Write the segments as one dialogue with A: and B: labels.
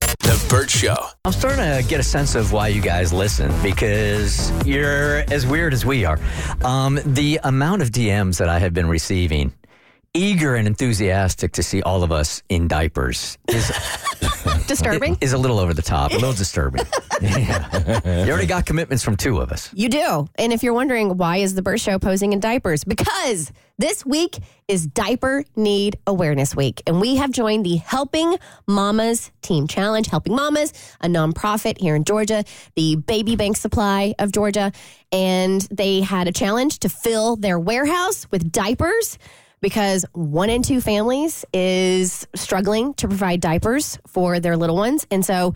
A: The Burt Show.
B: I'm starting to get a sense of why you guys listen because you're as weird as we are. Um, the amount of DMs that I have been receiving, eager and enthusiastic to see all of us in diapers, is
C: Disturbing.
B: is a little over the top, a little disturbing. Yeah. You already got commitments from two of us.
C: You do. And if you're wondering why is the Burt Show posing in diapers? Because this week is Diaper Need Awareness Week. And we have joined the Helping Mamas Team Challenge. Helping Mamas, a nonprofit here in Georgia, the Baby Bank Supply of Georgia. And they had a challenge to fill their warehouse with diapers because one in two families is struggling to provide diapers for their little ones. And so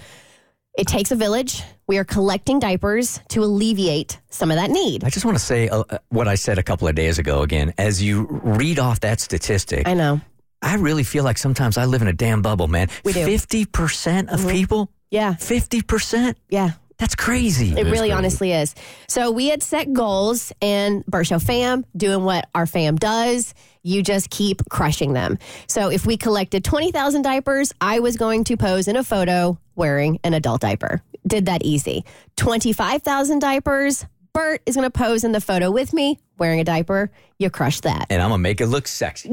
C: it takes a village. We are collecting diapers to alleviate some of that need.
B: I just want to say uh, uh, what I said a couple of days ago again. As you read off that statistic,
C: I know.
B: I really feel like sometimes I live in a damn bubble, man.
C: We do. Mm-hmm.
B: 50% of people,
C: Yeah,
B: 50%?
C: yeah.
B: That's crazy.
C: It, really honestly is. So we had set goals and Burshow fam doing what our fam does. You just keep crushing them. So if we collected 20,000 diapers, I was going to pose in a photo wearing an adult diaper. Did that easy. 25,000 diapers, Bert is going to pose in the photo with me wearing a diaper. You crush that.
B: And I'm going to make it look sexy.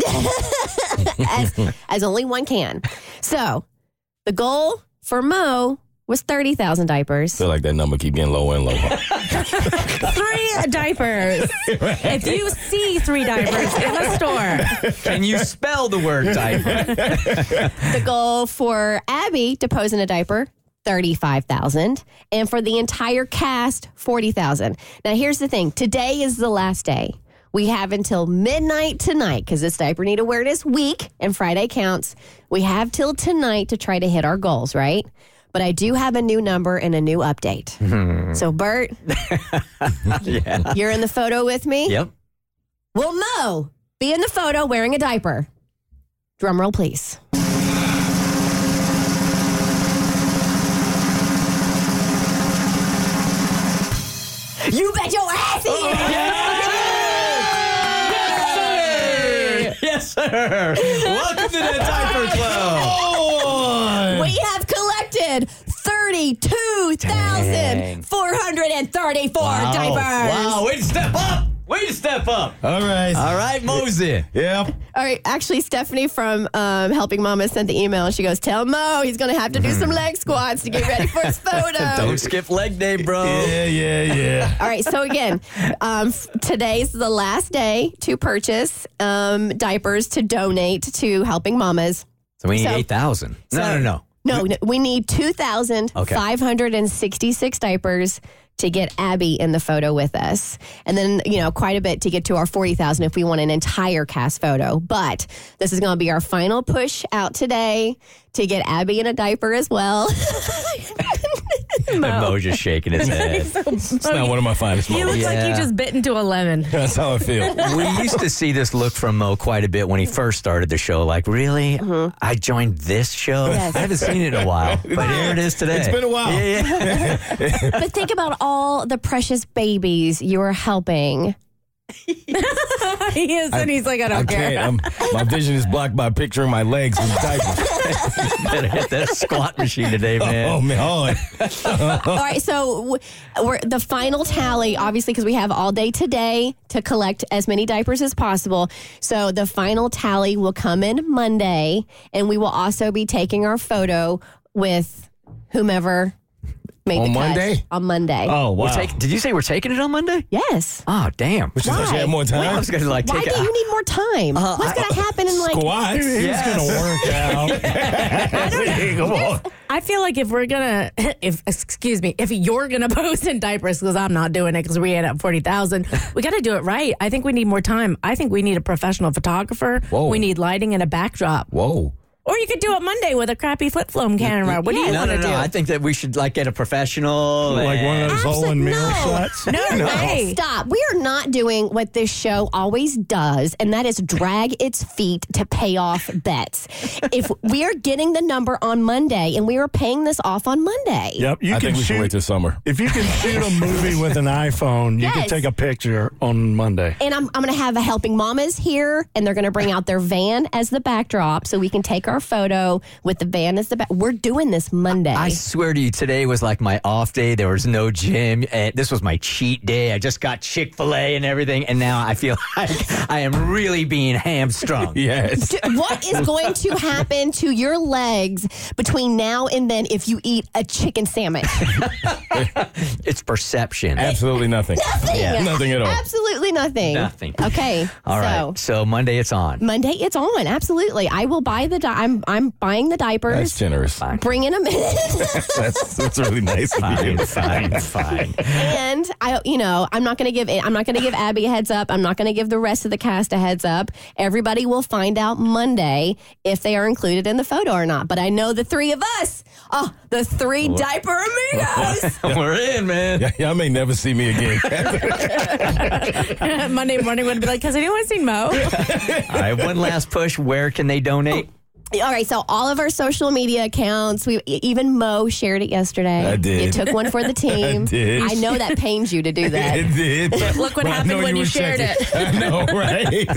C: as, as only one can. So the goal for Mo was 30,000 diapers.
D: feel like that number keep getting lower and lower.
E: three diapers. If you see three diapers in a store,
B: Can you spell the word diaper?
C: The goal for Abby to pose in a diaper. 35,000 and for the entire cast 40,000. Now here's the thing. Today is the last day. We have until midnight tonight cuz it's diaper need awareness week and Friday counts. We have till tonight to try to hit our goals, right? But I do have a new number and a new update. So Bert, you're in the photo with me?
B: yep.
C: Will Mo be in the photo wearing a diaper? Drum roll, please. You bet your ass he
B: Yes, sir. Welcome to the diaper club.
C: is. We have collected 32,434 diapers.
B: Wow. Way to step up. Way to step up.
D: All right.
B: All right, Mosey.
D: Yep.
C: All right, actually, Stephanie from um, Helping Mama sent the email. She goes, Tell Mo he's going to have to do some leg squats to get ready for his photo.
B: Mm-hmm. Don't skip leg day, bro.
D: Yeah, yeah, yeah.
C: All right, so again, um, f- today's the last day to purchase um, diapers to donate to Helping Mamas.
B: So we need
C: So-
B: 8,000. No,
C: so-
B: no, no.
C: No, n- we need 2,566 diapers to get Abby in the photo with us. And then, you know, quite a bit to get to our 40,000 if we want an entire cast photo. But this is going to be our final push out today to get Abby in a diaper as well.
B: And Mo's just shaking his head.
D: It's not one of my finest
E: you look
D: moments.
E: like you
B: Yeah.
E: just bit into a lemon.
D: That's how I feel.
B: we used to see this look from Mo quite a bit when he first started the show. Like, really? I joined this show?
C: Yes.
B: I haven't seen it in a while, but here it is today.
D: It's been a while.
B: Yeah, yeah.
C: but think about all the precious babies you are helping.
E: he is, and he's like, I don't
D: I
E: care.
D: can't. I'm, my vision is blocked by picturing my legs with diapers.
B: Better hit that squat machine today, man.
D: Oh, man. Hard.
C: All right, so w- we're the final tally, obviously, because we have all day today to collect as many diapers as possible. So the final tally will come in Monday, and we will also be taking our photo with whomever made
D: On
C: the cut
D: Monday?
C: on Monday.
D: Oh, wow.
B: We're take, did you say we're taking it on Monday?
C: yes.
B: Oh, damn.
D: She's like, she had more
B: I
D: time.
B: was going to like
C: Why
B: take
C: do
B: a-
C: you need more time? What's going to happen in like?
D: Squats.
B: Yes.
D: It's going to work out. Come on.
E: I feel like if we're gonna, if excuse me, if you're gonna post in diapers because I'm not doing it because we ain't at forty thousand, we got to do it right. I think we need more time. I think we need a professional photographer.
D: Whoa.
E: We need lighting and a backdrop.
D: Whoa.
E: Or you could do it Monday with a crappy flip phone camera. What do you
B: no,
E: want
B: no,
E: to
B: no.
E: do?
B: I think that we should like get a professional.
D: Like one
B: and-
D: of those
C: Absolute-
D: hole in mirror
C: no.
D: shots.
E: no, way.
C: Stop. We are not doing what this show always does, and that is drag its feet to pay off bets. if we are getting the number on Monday and we are paying this off on Monday.
F: Yep, you
D: I
F: can
D: think we
F: shoot.
D: should wait till summer.
F: if you can shoot a movie with an iPhone, you
C: Yes.
F: can take a picture on Monday.
C: And I'm, I'm going to have a helping mamas here, and they're going to bring out their van as the backdrop so we can take our photo with the van as the back. We're doing this Monday.
B: I swear to you, today was like my off day. There was no gym. And this was my cheat day. I just got Chick fil A and everything. And now I feel like I am really being hamstrung.
D: Yes.
C: what is going to happen to your legs between now and then if you eat a chicken sandwich?
B: It's perception.
D: Absolutely nothing.
C: Nothing.
D: Nothing at all.
C: Absolutely nothing.
B: Nothing.
C: Okay.
B: All right.
C: so.
B: So Monday it's on.
C: Monday, it's on. Absolutely, I will buy the. Di- I'm I'm buying the
D: That's
C: diapers.
D: generous.
C: Bring in a minute,
D: That's, that's really nice of you.
B: Fine, fine, fine.
C: and I, you know, I'm not going to give I'm not going to give Abby a heads up. I'm not going to give the rest of the cast a heads up. Everybody will find out Monday if they are included in the photo or not. But I know the three of us. Oh, the three diaper amigos.
B: We're in, man.
D: Y'all may never see me again.
E: Monday morning would be like, has anyone seen Mo?
B: All right. One last push. Where can they donate?
C: All right, so all of our social media accounts, we e, even Mo shared it yesterday.
D: I did.
C: You took one for the team.
D: I did.
C: know that pains you to do that.
D: it did.
E: Look what
D: But I
E: happened
D: know
E: when you
D: were
E: shared
D: checking. I know, right?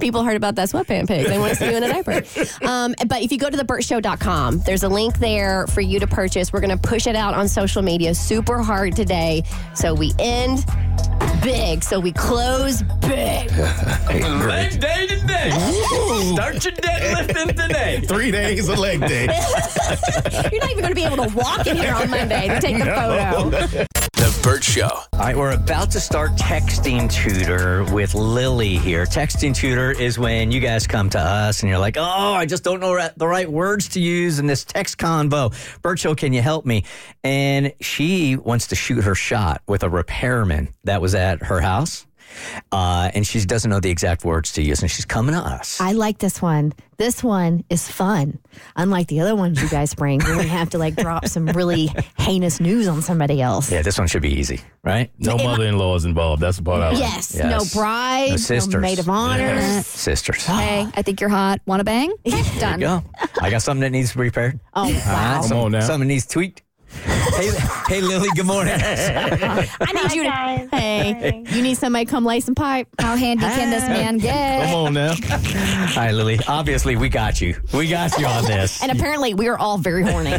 C: People heard about that sweatpant pic. They want to see you in a diaper. Um, but if you go to thebertshow.com, there's a link there for you to purchase. We're going to push it out on social media super hard today. So we end big. So we close big.
B: Leg day today. Start your deadlifting today.
D: Three days of leg day.
C: You're not even going to be able to walk in here on Monday to take the photo.
A: The Burt Show.
B: All right, we're about to start texting tutor with Lily here. Texting tutor is when you guys come to us and you're like, "Oh, I just don't know ra- the right words to use in this text convo." Bircho, can you help me? And she wants to shoot her shot with a repairman that was at her house, uh, and she doesn't know the exact words to use, and she's coming to us.
G: I like this one. This one is fun. Unlike the other ones you guys bring, where we have to like drop some really heinous news on somebody else.
B: yeah, this one should be easy, right?
D: No mother in law is involved. That's the part I like.
G: Yes,
B: Yes.
G: No
B: No
G: bride. No,
B: sisters.
G: maid of honor.
B: Sisters.
H: Hey, I think you're hot. Want to bang? Done.
B: Go. I got something that needs repaired.
G: Oh, wow.
D: Come on now.
B: Something needs tweaked. hey, hey, Lily. Good morning.
G: I need you to. Hey, you need somebody to come lay some pipe.
H: How handy can this man
D: Come
H: get?
D: on now.
B: All right, Lily. Obviously, we got you. We got you on this.
G: And apparently, we are all very horny.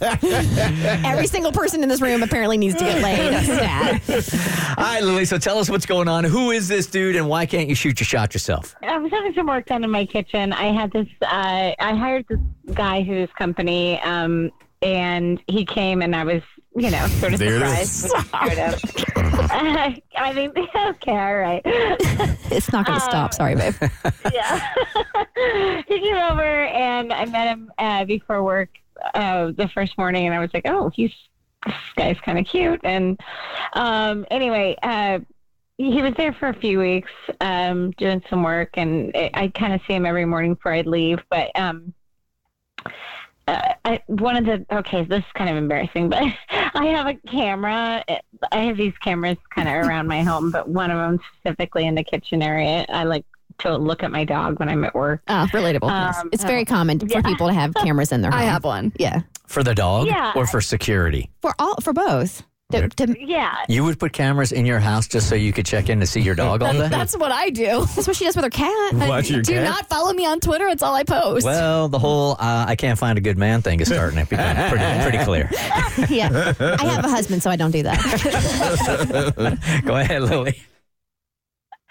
G: Every single person in this room apparently needs to get laid. That's sad.
B: All right, Lily. So tell us what's going on. Who is this dude, and why can't you shoot your shot yourself?
I: I was having some work done in my kitchen. I had this. Uh, I hired this guy whose company, um, and he came, and I was, you know, sort of
D: There it is.
I: surprised. Sort of. I mean, okay, all right.
G: It's not going to stop. Sorry, babe.
I: yeah. he came over and I met him uh, before work uh, the first morning, and I was like, oh, he's this guy's kind of cute. And um, anyway, uh, he was there for a few weeks um, doing some work, and I, I kind of see him every morning before I leave, but. Um, uh, I, one of the okay, this is kind of embarrassing, but I have a camera. I have these cameras kind of around my home, but one of them specifically in the kitchen area. I like to look at my dog when I'm at work.
G: Uh, relatable. yes.
I: Um,
G: It's very common for people to have cameras in their home.
H: I have one.
G: Yeah.
B: For the dog,
I: Yeah.
B: or for security?
G: For all, for both. To- to-
I: Yeah,
B: You would put cameras in your house just so you could check in to see your dog all day.
G: that's what I do. That's what she does with her cat.
D: Watch your
G: do
D: cat?
G: not follow me on Twitter. It's all I post.
B: well, the whole uh, "I can't find a good man" thing is starting to become pretty, pretty clear.
G: yeah. I have a husband, so I don't do that.
B: Go ahead, Lily.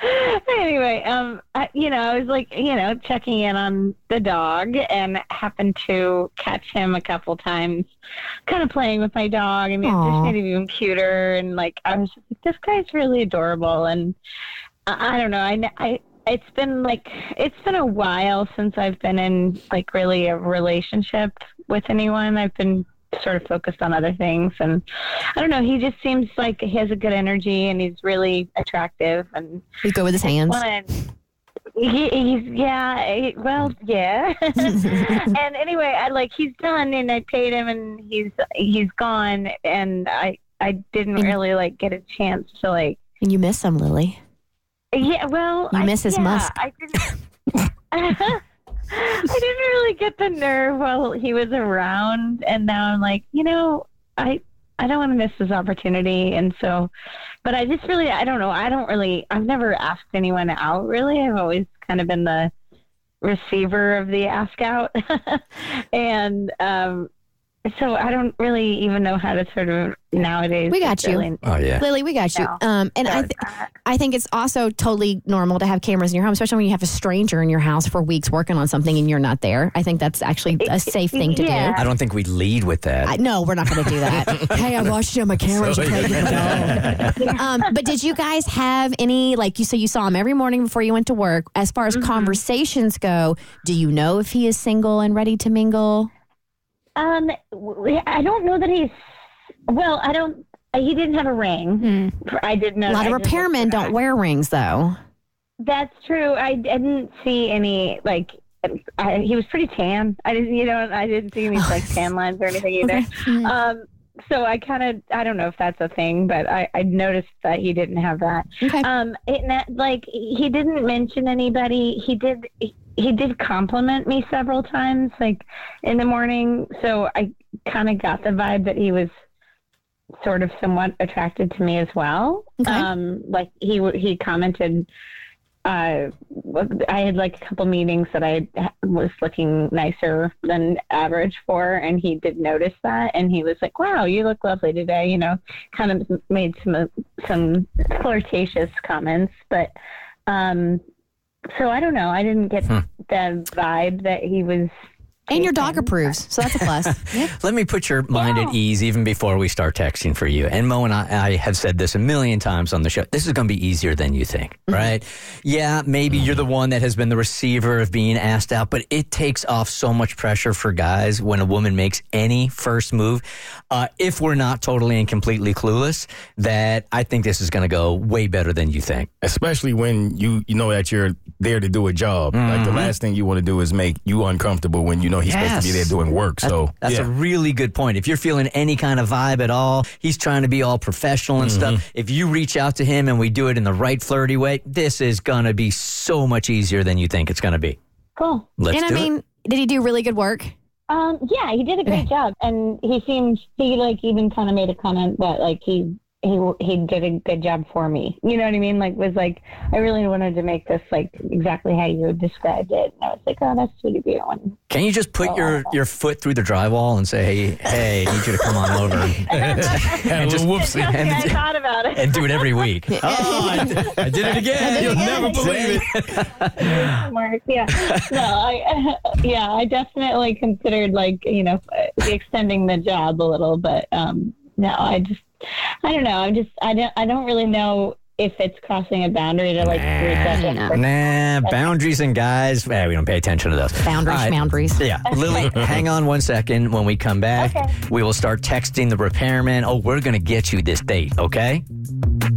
I: anyway, um, I, you know, I was like, you know, checking in on the dog and happened to catch him a couple times, kind of playing with my dog, and it
G: Aw.
I: just made him even cuter. And like, I was just like, this guy's really adorable, and I, I don't know, I, kn- I. It's been like it's been a while since I've been in like really a relationship with anyone. I've been sort of focused on other things and I don't know, he just seems like he has a good energy and he's really attractive and
G: We go with his hands.
I: one. He, he's yeah. he- well, yeah. and anyway, I like he's done, and I paid him, and he's he's gone, and I I didn't really like get a chance to like.
G: And you miss him, Lily.
I: Yeah. Well,
G: You
I: I,
G: miss his
I: yeah,
G: musk.
I: I didn't. I didn't really get the nerve while he was around, and now I'm like, you know, I I don't want to miss this opportunity, and so, but I just really, I don't know, I don't really, I've never asked anyone out really. I've always kind of been the receiver of the ask out, and um, so I don't really even know how to sort of nowadays.
G: We got
I: it's
G: you.
I: really-
B: Oh yeah.
G: Lily, we got you.
I: No.
G: Um, and I, th- I think it's also totally normal to have cameras in your home, especially when you have a stranger in your house for weeks working on something and you're not there. I think that's actually a safe thing to
I: yeah.
G: do.
B: I don't think we lead with that.
G: I, no, we're not going to do that. hey, I watched you on my camera.
B: So-
G: you pregnant? No. um, but did you guys have any like you? So you saw him every morning before you went to work. As far as conversations go, do you know if he is single and ready to mingle?
I: Um, w- I don't know that he's. Well, I don't. He didn't have a ring. I did know.
G: a lot of
I: I did look
G: repairmen
I: for
G: don't
I: that.
G: wear rings, though.
I: That's true. I didn't see any like. I, he was pretty tan. I didn't, you know, I didn't see any like tan lines or anything either. Um, so I kind of, I don't know if that's a thing, but I, I noticed that he didn't have that.
G: Okay.
I: Um, it, that- like he didn't mention anybody. He did, he, he did compliment me several times, like in the morning. So I kind of got the vibe that he was sort of somewhat attracted to me as well.
G: Okay.
I: Um, like he w- he commented, uh, I had like a couple meetings that I was looking nicer than average for, and he did notice that, and he was like, "Wow, you look lovely today," you know, kind of made some some flirtatious comments, but. Um, so I don't know. I didn't get the vibe that he was.
G: And your dog approves, so that's a plus. Yeah.
B: Let me put your mind at ease even before we start texting for you. And Mo and I, I have said this a million times on the show. This is going to be easier than you think, right? Yeah, maybe you're the one that has been the receiver of being asked out, but it takes off so much pressure for guys when a woman makes any first move. Uh, if we're not totally and completely clueless, that I think this is going to go way better than you think.
D: Especially when you you know that you're there to do a job. Like the last thing you want to do is make you uncomfortable when you know he's supposed to be there
B: Yes.
D: doing work. So
B: That's
D: yeah.
B: a really good point. If you're feeling any kind of vibe at all, he's trying to be all professional and stuff.
D: Mm-hmm.
B: If you reach out to him and we do it in the right flirty way, this is going to be so much easier than you think it's going to be.
I: Cool.
B: Let's
G: and I
B: do it.
G: mean, did he do really good work?
I: Um, yeah, he did a great job, and he seemed he like even kind of made a comment that like he he he did a good job for me. You know what I mean? Like was like I really wanted to make this like exactly how you described it, and I was like, oh, that's sweet of you. And
B: Can you just put your, your foot through the drywall and say, hey, hey, I need you to come on over and,
D: Had a little whoopsie.
I: Okay, I
B: and,
I: thought about it.
B: and do it every week? Oh, I, did- I did it again.
D: You'll never believe it.
I: Mark, yeah, no, I yeah, I definitely considered like you know extending the job a little, but um, no, I just I don't know. I'm just I don't I don't really know if it's crossing a boundary to like reach out to a person.
B: Nah, boundaries and guys, eh, we don't pay attention to those.
G: Boundaries,
B: All right.
G: boundaries.
B: Yeah, Lily, hang on one second. When we come back,
I: Okay.
B: we will start texting the repairman. Oh, we're going to get you this date, okay?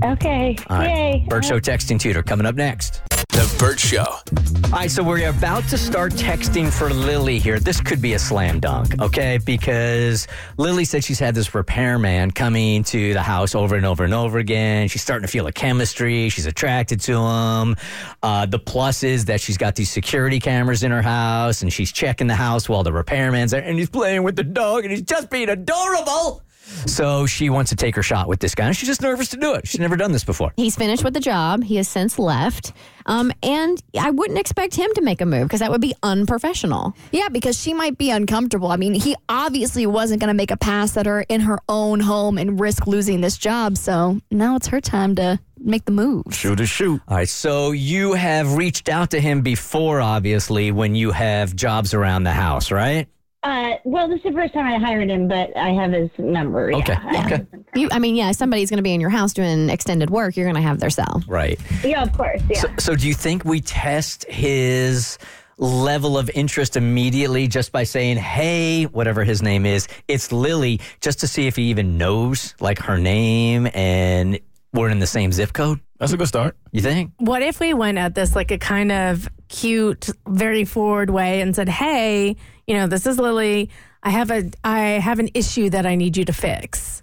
I: Okay.
B: All right.
I: Yay.
B: Burt Show Texting Tutor coming up next.
A: The Burt Show.
B: All right, so we're about to start texting for Lily here. This could be a slam dunk, okay? Because Lily said she's had this repairman coming to the house over and over and over again. She's starting to feel a chemistry. She's attracted to him. Uh, the plus is that she's got these security cameras in her house and she's checking the house while the repairman's there and he's playing with the dog and he's just being adorable. So she wants to take her shot with this guy and she's just nervous to do it. She's never done this before.
G: He's finished with the job. He has since left. Um, and I wouldn't expect him to make a move because that would be unprofessional.
H: Yeah, because she might be uncomfortable. I mean, he obviously wasn't going to make a pass at her in her own home and risk losing this job. So now it's her time to make the move.
D: Shoot a shoot.
B: All right, so you have reached out to him before, obviously, when you have jobs around the house, right?
I: Uh, well, this is the first time I hired him, but I have his number. yeah.
B: Okay,
I: I have
B: okay.
I: his number.
G: You, I mean, yeah, somebody's going to be in your house doing extended work. You're going to have their cell.
B: Right.
I: Yeah, of course. Yeah.
B: So, so do you think we test his level of interest immediately just by saying, hey, whatever his name is, it's Lily, just to see if he even knows, like, her name and we're in the same zip code?
D: That's a good start.
B: You think?
E: What if we went at this like a kind of cute, very forward way and said, "Hey, you know, this is Lily. I have a I have an issue that I need you to fix."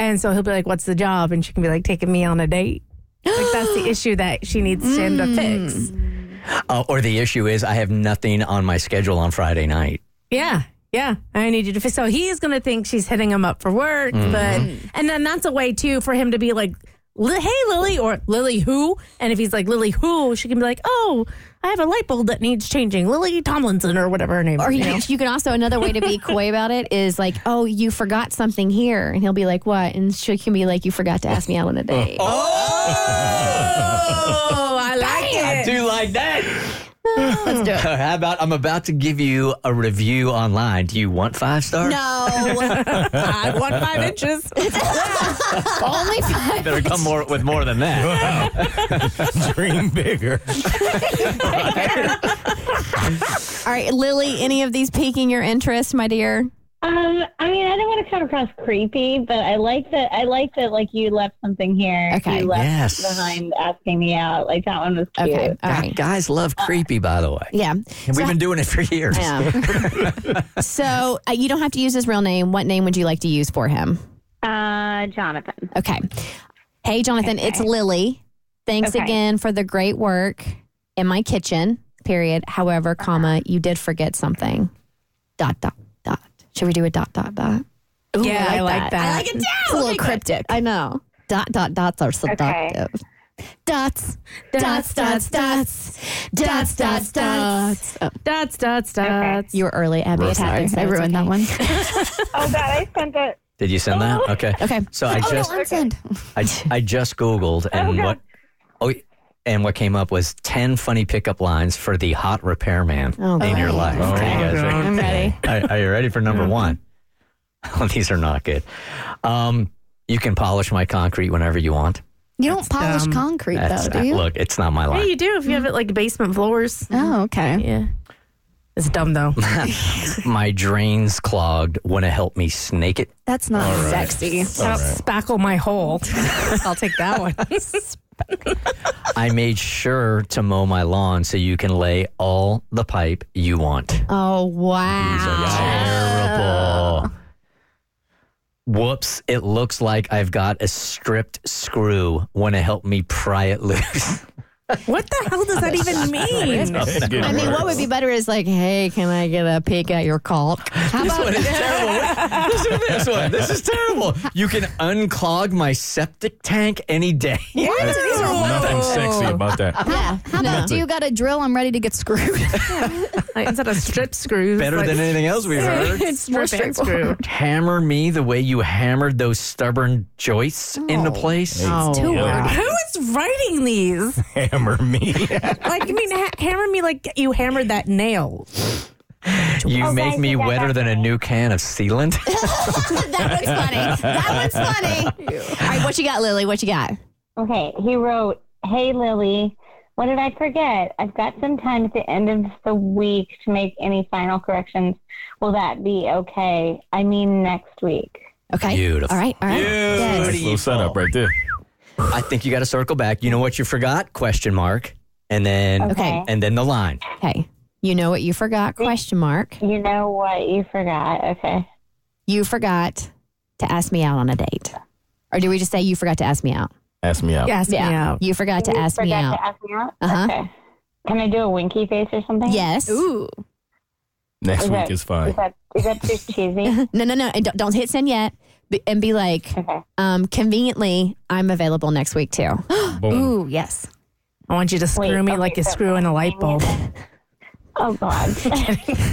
E: And so he'll be like, "What's the job?" And she can be like, "Taking me on a date." like that's the issue that she needs him to fix.
B: Uh, or the issue is, I have nothing on my schedule on Friday night.
E: Yeah. Yeah, I need you to fix. So he's going to think she's hitting him up for work, but and then that's a way too for him to be like "Li- hey, Lily, or Lily who? And if he's like, Lily who, she can be like, oh, I have a light bulb that needs changing. Lily Tomlinson or whatever her name
G: Or
E: is.
G: you,
E: you know?
G: you can also another way to be coy about it is like, oh, you forgot something here, and he'll be like, what? And she can be like, you forgot to ask me out on a date.
E: Oh, I like
B: I
E: it.
B: do like that.
G: Oh, Let's do it.
B: How about I'm about to give you a review online. Do you want five stars?
G: No,
E: I want five inches.
G: only five.
B: Better come more with more than that.
D: Dream bigger.
G: All right, Lily. Any of these piquing your interest, my dear?
I: Um, I mean, I don't want to come across creepy, but I like that. I like that. Like you left something here.
G: Okay.
I: You left
B: Yes.
I: behind asking me out. Like that one was cute.
G: Okay. All
B: God,
G: right.
B: Guys love creepy, by the way.
G: Yeah.
B: And
G: So-
B: we've been doing it for years.
G: Yeah. so uh, you don't have to use his real name. What name would you like to use for him?
I: Uh, Jonathan.
G: Okay. Hey, Jonathan, it's Lily. Thanks
I: Okay.
G: again for the great work in my kitchen, period. However, comma, you did forget something. Dot, dot, dot. Should we do a dot, dot, dot? Ooh,
E: Yeah, I like that. I like it
G: too. It's a little cryptic. I know. Dot, dot, dots are seductive. Dots, dots, dots, dots, dots, dots, dots. Oh,
E: Dots, dots, dots.
G: you were early, Abby. It
H: Sorry,
G: happens.
H: I ruined that one.
I: Oh God, I sent it.
B: Did you send that? Okay.
G: Okay.
B: So I just
H: unsend.
B: I, I just googled and what oh and what came up was 10 funny pickup lines for the hot repairman
G: Oh,
B: in your
G: great.
B: life. Are you guys ready?
G: I'm ready.
B: Are, are you ready for number one? These are not good. Um, you can polish my concrete whenever you want.
H: You don't polish
E: dumb.
H: concrete
B: That's- uh,
H: though, do you?
B: Look, it's not my
E: Yeah,
B: line.
E: you do if you have it like basement floors.
H: Oh, okay.
E: Yeah. It's dumb though.
B: My drains clogged. Want to help me snake it?
H: That's not sexy.
E: Stop spackle my hole. I'll take that one.
B: I made sure to mow my lawn so you can lay all the pipe you want.
H: Ah.
G: Oh,
B: These
G: wow.
B: are terrible. Whoops, it looks like I've got a stripped screw. Want to help me pry it loose?
E: what the hell does that even mean?
G: I mean, what would be better is like, hey, can I get a peek at your caulk? How
B: this
G: about
B: one is terrible. This is this one. This is terrible. You can unclog my septic tank any day.
D: Nothing
E: Oh.
D: sexy about that.
G: yeah,
H: How about do you got a drill? I'm ready to get screwed.
E: Like, instead of strip screws.
B: Better
E: like,
B: than anything else we've heard.
E: It's more straightforward.
B: Hammer me the way you hammered those stubborn joists into place.
G: oh,
H: Too
D: Yeah.
E: Who is writing these?
D: Hammer me.
E: Like, I mean, ha- hammer me like you hammered that nail.
B: You
I: Okay,
B: make me
I: yeah,
B: wetter
I: that's
B: than a
I: right.
B: new can of sealant.
G: that one's funny. That one's funny. All right, what you got, Lily? What you got?
I: Okay, he wrote, "Hey Lily, what did I forget? I've got some time at the end of the week to make any final corrections. Will that be okay? I mean next week."
G: Okay.
B: Beautiful.
G: All right, all right.
D: Nice little setup right there.
B: I think you got to circle back. You know what you forgot? Question mark. And then
G: Okay.
B: and then the line.
G: Okay. You know what you forgot? Question mark.
I: You know what? You forgot. Okay.
G: You forgot to ask me out on a date. Or do we just say you forgot to ask me out?
D: Ask me out.
E: Ask me out.
G: You forgot to
I: You
G: ask me
I: forgot
G: out.
I: To ask me out?
G: Uh-huh.
I: Okay. Can I do a winky face or something?
G: Yes.
H: Ooh.
D: Next
I: Is
D: week
I: that-
D: is fine.
I: Is that is that too cheesy?
G: No, no, no. And don't, don't hit send yet. B- and be like,
I: Okay.
G: um, conveniently, I'm available next week too.
D: Boom.
H: Ooh, yes.
E: I want you to screw
I: Wait,
E: me
I: okay,
E: like you
I: so-
E: screw in a light bulb.
I: Oh God.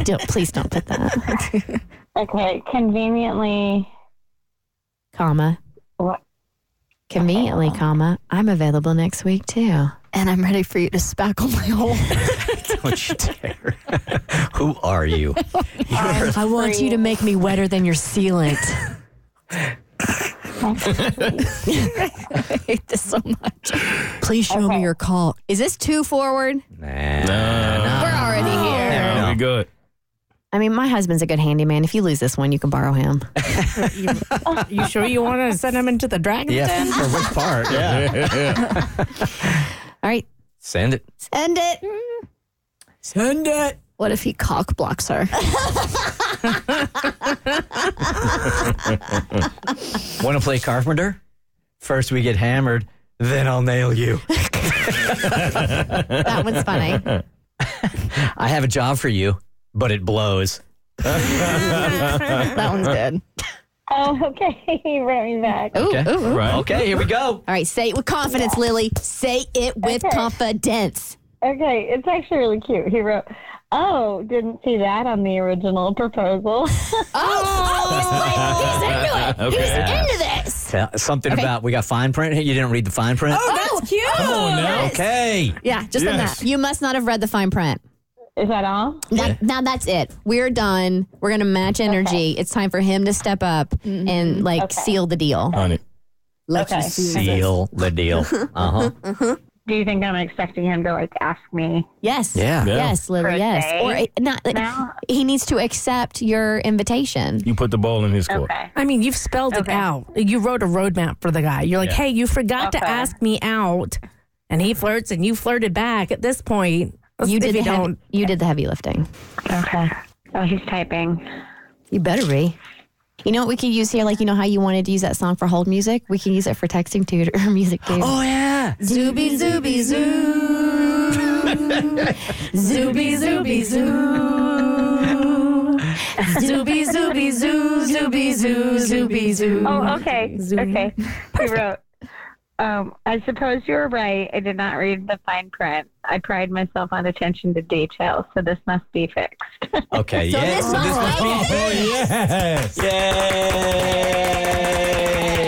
G: Don't, please don't put that.
I: okay. Conveniently.
G: comma.
I: What?
G: Conveniently, comma. I'm available next week too.
H: And I'm ready for you to spackle my hole.
B: Don't you dare. Who are you?
G: I want you to make me wetter than your sealant.
H: I hate this so much.
G: Please show me your call. Is this too forward?
B: Nah.
H: We're already here.
D: Yeah, Uh, we good.
G: I mean, my husband's a good handyman. If you lose this one, you can borrow him.
E: You sure you want to send him into the dragon
B: Yeah.
E: den?
B: For which part? Yeah.
G: All right,
B: Send it.
G: send it.
B: Send it.
H: What if he cock blocks her?
B: Want to play carpenter? First we get hammered, then I'll nail you.
G: That one's funny.
B: I have a job for you, but it blows.
H: that one's good.
I: Oh, okay. You brought me back.
B: Okay.
G: Ooh, ooh.
D: Right.
B: Okay, here we go.
G: All right, say it with confidence, Lily. Say it with
I: Okay.
G: confidence.
I: Okay, it's actually really cute. He wrote, "Oh, didn't see that on the original proposal."
D: Uh,
G: Oh, he's into it. He's
D: Okay.
G: into this.
B: Tell- Something about we got fine print. Hey, You didn't read the fine print.
G: Oh,
E: That's cute.
B: Okay.
G: Yeah, just on
D: Yes.
G: that. You must not have read the fine print.
I: Is that all?
G: That, now that's it. We're done. We're gonna match energy. It's time for him to step up and like seal the deal.
D: On it.
G: Let's
I: Okay.
B: Seal the deal. Uh huh.
I: Do you think I'm expecting him to like ask me?
G: Yes.
B: Yeah. Yeah.
G: Yes, Lily. Yes.
I: Birthday.
G: Or it- not. like,
I: Now?
G: He needs to accept your invitation.
D: You put the ball in his court.
I: Okay.
E: I mean, you've spelled it
I: Okay.
E: out. You wrote a roadmap for the guy. You're like,
D: Yeah.
E: hey, you forgot to
I: Okay.
E: ask me out, and he flirts, and you flirted back. At this point,
G: You
E: if
G: did the
E: you
G: heavy,
E: don't.
G: you did the heavy lifting.
I: Okay. Oh, he's typing.
G: You better be. You know what we could use here? Like you know how you wanted to use that song for hold music. We can use it for texting too or music too.
B: Oh yeah.
G: Zooby zooby zoo. zooby zooby zoo. Zooby zooby zoo. Zooby zoo. Zooby zoo.
I: Oh, okay. Okay. He wrote, um, I suppose you were right. I did not read the fine print. I pride myself on attention to detail, so this must be fixed.
B: Okay. yeah.
G: this
B: So
G: song-
D: Oh, yes.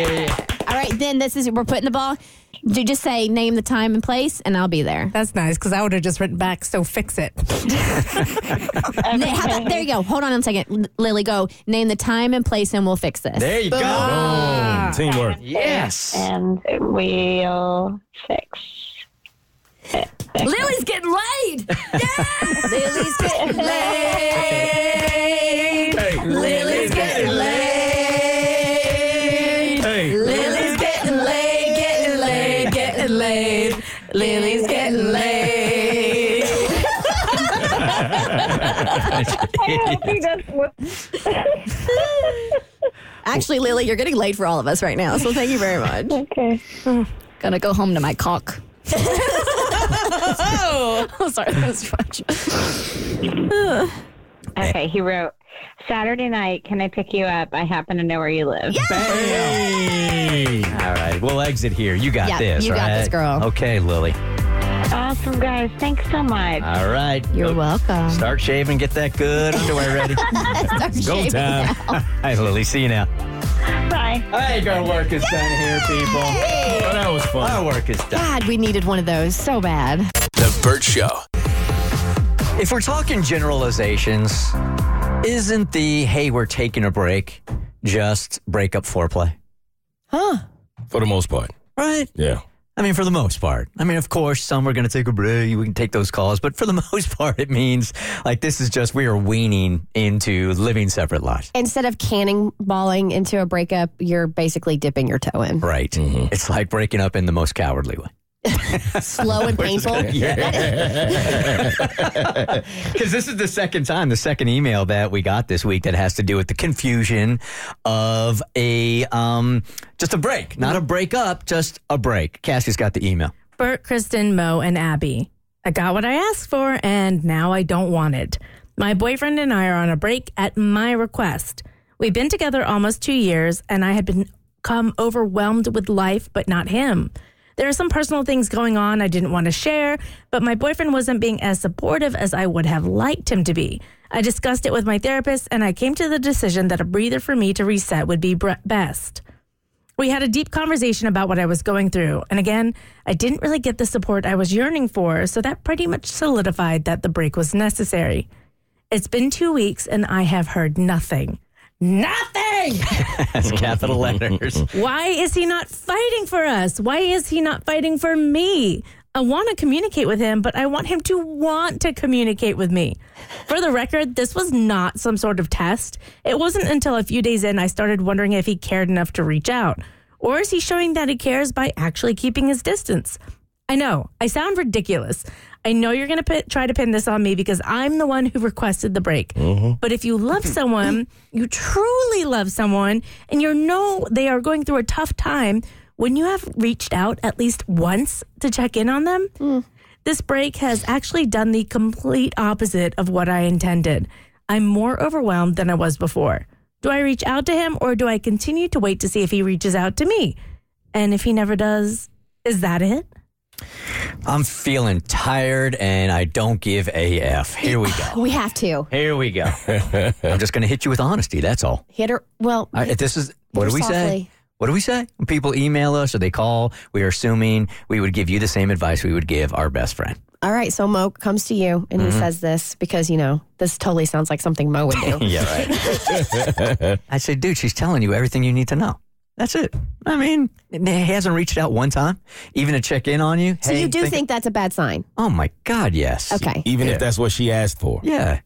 B: Yay.
G: All right, then this is we're putting the ball. You just say name the time and place, and I'll be there.
E: That's nice because I would have just written back. So fix it.
G: Na- how about- there you go. Hold on a second, L- Lily. Go name the time and place, and we'll fix this.
B: There you go.
D: Boom. Teamwork.
B: Yes.
I: and we'll fix.
G: Lily's getting laid. Yeah, Lily's getting laid. Lily's getting laid. Lily's getting laid. Getting laid. Getting laid. Lily's getting laid.
I: I hope he doesn't.
G: Actually, Lily, you're getting laid for all of us right now. So thank you very much.
I: Okay.
H: Gonna go home to my cock.
G: Oh, sorry, that was fudge.
I: Okay, he wrote, Saturday night, can I pick you up? I happen to know where you live.
B: All right. We'll exit here. You got
G: Yeah,
B: this.
G: you got
B: right?
G: this, girl.
B: Okay, Lily.
I: Awesome, guys. Thanks so much.
B: All right.
G: You're
B: Go-
G: welcome.
B: Start shaving. Get that good underwear ready.
D: Go time.
B: Hey, Lily. See you now.
I: Bye.
B: Hey, our work is done here, people.
D: Oh, that was fun.
B: Our work is done.
G: God, we needed one of those so bad.
A: The Burt Show.
B: If we're talking generalizations, isn't the hey, we're taking a break just breakup foreplay?
D: For the most part.
B: Right?
D: Yeah.
B: I mean, for the most part. I mean, of course, some are going to take a break. We can take those calls. But for the most part, it means like this is just we are weaning into living separate lives.
C: Instead of cannonballing into a breakup, you're basically dipping your toe in.
B: Right. It's like breaking up in the most cowardly way.
G: Slow and painful.
B: Because this is the second time, the second email that we got this week that has to do with the confusion of a um, just a break, not a breakup, just a break. Cassie's got the email.
E: Bert, Kristen, Mo, and Abby. I got what I asked for, and now I don't want it. My boyfriend and I are on a break at my request. We've been together almost two years, and I had become overwhelmed with life, but not him. There are some personal things going on I didn't want to share, but my boyfriend wasn't being as supportive as I would have liked him to be. I discussed it with my therapist, and I came to the decision that a breather for me to reset would be bre- best. We had a deep conversation about what I was going through. And again, I didn't really get the support I was yearning for, so that pretty much solidified that the break was necessary. It's been two weeks and I have heard nothing. Nothing!
B: That's capital letters.
E: Why is he not fighting for us? Why is he not fighting for me? I want to communicate with him, but I want him to want to communicate with me. For the record, this was not some sort of test. It wasn't until a few days in I started wondering if he cared enough to reach out. Or is he showing that he cares by actually keeping his distance? I know, I sound ridiculous. I know you're going to put, try to pin this on me because I'm the one who requested the break. But if you love someone, you truly love someone, and you know they are going through a tough time, wouldn't you have reached out at least once to check in on them? This break has actually done the complete opposite of what I intended. I'm more overwhelmed than I was before. Do I reach out to him or do I continue to wait to see if he reaches out to me? And if he never does, is that it?
B: I'm feeling tired and I don't give a F. Here we go.
G: We have to
B: Here we go. I'm just going to hit you with honesty. That's all.
G: hit her. Well,
B: All right, this is what do we say?
G: Softly.
B: What do we say? When people email us or they call, we are assuming we would give you the same advice we would give our best friend.
C: All right, so Mo comes to you and
B: Mm-hmm.
C: he says this because, you know, this totally sounds like something Mo would do.
B: Yeah, right. I say, dude, she's telling you everything you need to know. That's it. I mean, he hasn't reached out one time, even to check in on you.
C: so
B: Hey,
C: you do think that's a bad sign?
B: Oh my God, yes.
C: Okay.
D: Even
B: Yeah.
D: if that's what she asked for.
B: Yeah,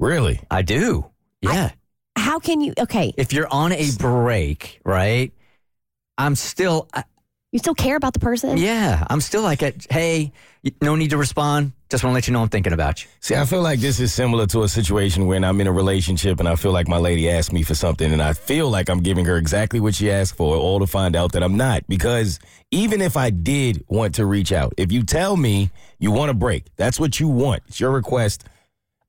D: Really?
B: I do. Yeah.
C: How can you? Okay,
B: if you're on a break, right? I'm still, I-
C: you still care about the person?
B: yeah, I'm still like, at, hey, y- no need to respond. Just want to let you know I'm thinking about you.
D: See, I feel like this is similar to a situation when I'm in a relationship and I feel like my lady asked me for something and I feel like I'm giving her exactly what she asked for, all to find out that I'm not. Because even if I did want to reach out, if you tell me you want a break, that's what you want, it's your request.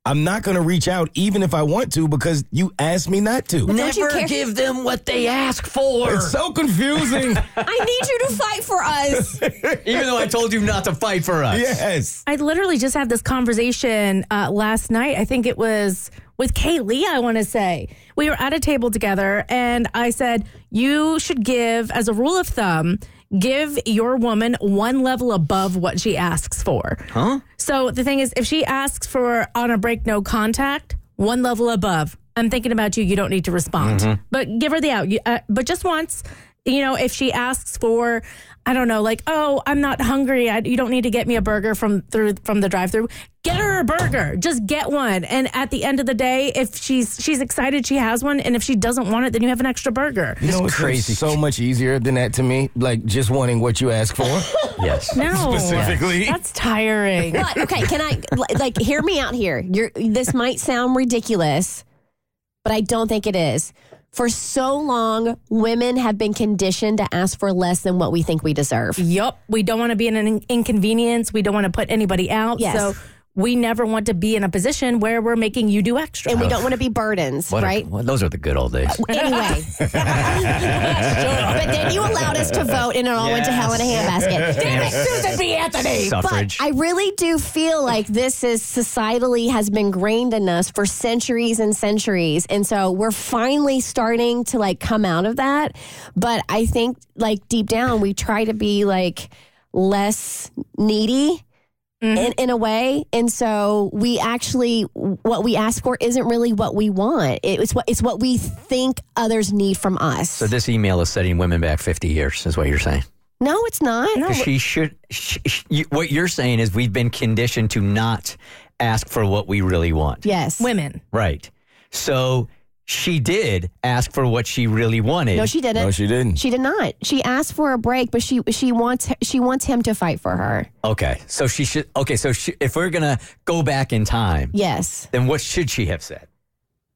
D: I'm not going to reach out even if I want to because you asked me not to.
C: Don't you care?
B: give them what they ask for.
D: It's so confusing.
C: I need you to fight for us.
B: Even though I told you not to fight for us.
D: yes.
E: I literally just had this conversation uh, last night. I think it was with Kaylee, I want to say. We were at a table together, and I said, You should give, as a rule of thumb, give your woman one level above what she asks for. Huh? So the thing is, if she asks for on a break, no contact, one level above. I'm thinking about you. You don't need to respond, but give her the out. You, uh, but just once, you know, if she asks for, I don't know, like, oh, I'm not hungry. I, you don't need to get me a burger from through from the drive-through. Get her a burger. Just get one. And at the end of the day, if she's she's excited, she has one. And if she doesn't want it, then you have an extra burger.
D: You know, it's
B: crazy.
D: crazy. So much easier than that to me. Like just wanting what you ask for.
B: Yes.
E: No,
D: Specifically.
E: that's tiring.
C: But okay, can I li- like hear me out here? You're this might sound ridiculous, but I don't think it is. For so long, women have been conditioned to ask for less than what we think we deserve.
E: Yup. We don't want to be in an in- inconvenience. We don't want to put anybody out.
C: Yes.
E: So we never want to be in a position where we're making you do extra.
C: And we don't want to be burdens,
B: What a-
C: right? Uh,
B: what- those are the good old days.
C: anyway. but then you allowed us to vote and it all went to hell in a handbasket. Damn it, Susan B. Anthony.
B: Suffrage.
C: But I really do feel like this is societally has been grained in us for centuries and centuries. And so we're finally starting to like come out of that. But I think like deep down we try to be like less needy in, in a way. And so we actually, what we ask for isn't really what we want. It- It's what it's what we think others need from us.
B: So this email is setting women back 50 years, is what you're saying.
C: no, it's not.
B: 'Cause She should. She, she, you- what you're saying is we've been conditioned to not ask for what we really want.
C: Yes.
E: Women.
B: Right. So she did ask for what she really wanted.
C: No, she didn't.
D: No, she didn't.
C: She did not. She asked for a break, but she she wants she wants him to fight for her.
B: okay. So she should. Okay. So she, if we're gonna go back in time,
C: Yes.
B: then what should she have said?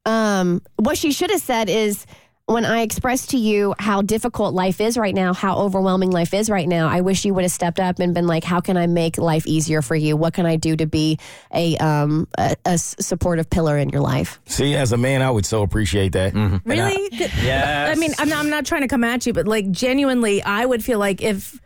C: Um, what she should have said is when I expressed to you how difficult life is right now, how overwhelming life is right now, I wish you would have stepped up and been like, "How can I make life easier for you? What can I do to be a um a, a s- supportive pillar in your life?"
D: See, as a man, I would so appreciate that. And I-
E: Really?
B: Yes.
E: I mean, I'm not, I'm not trying to come at you, but like genuinely, I would feel like if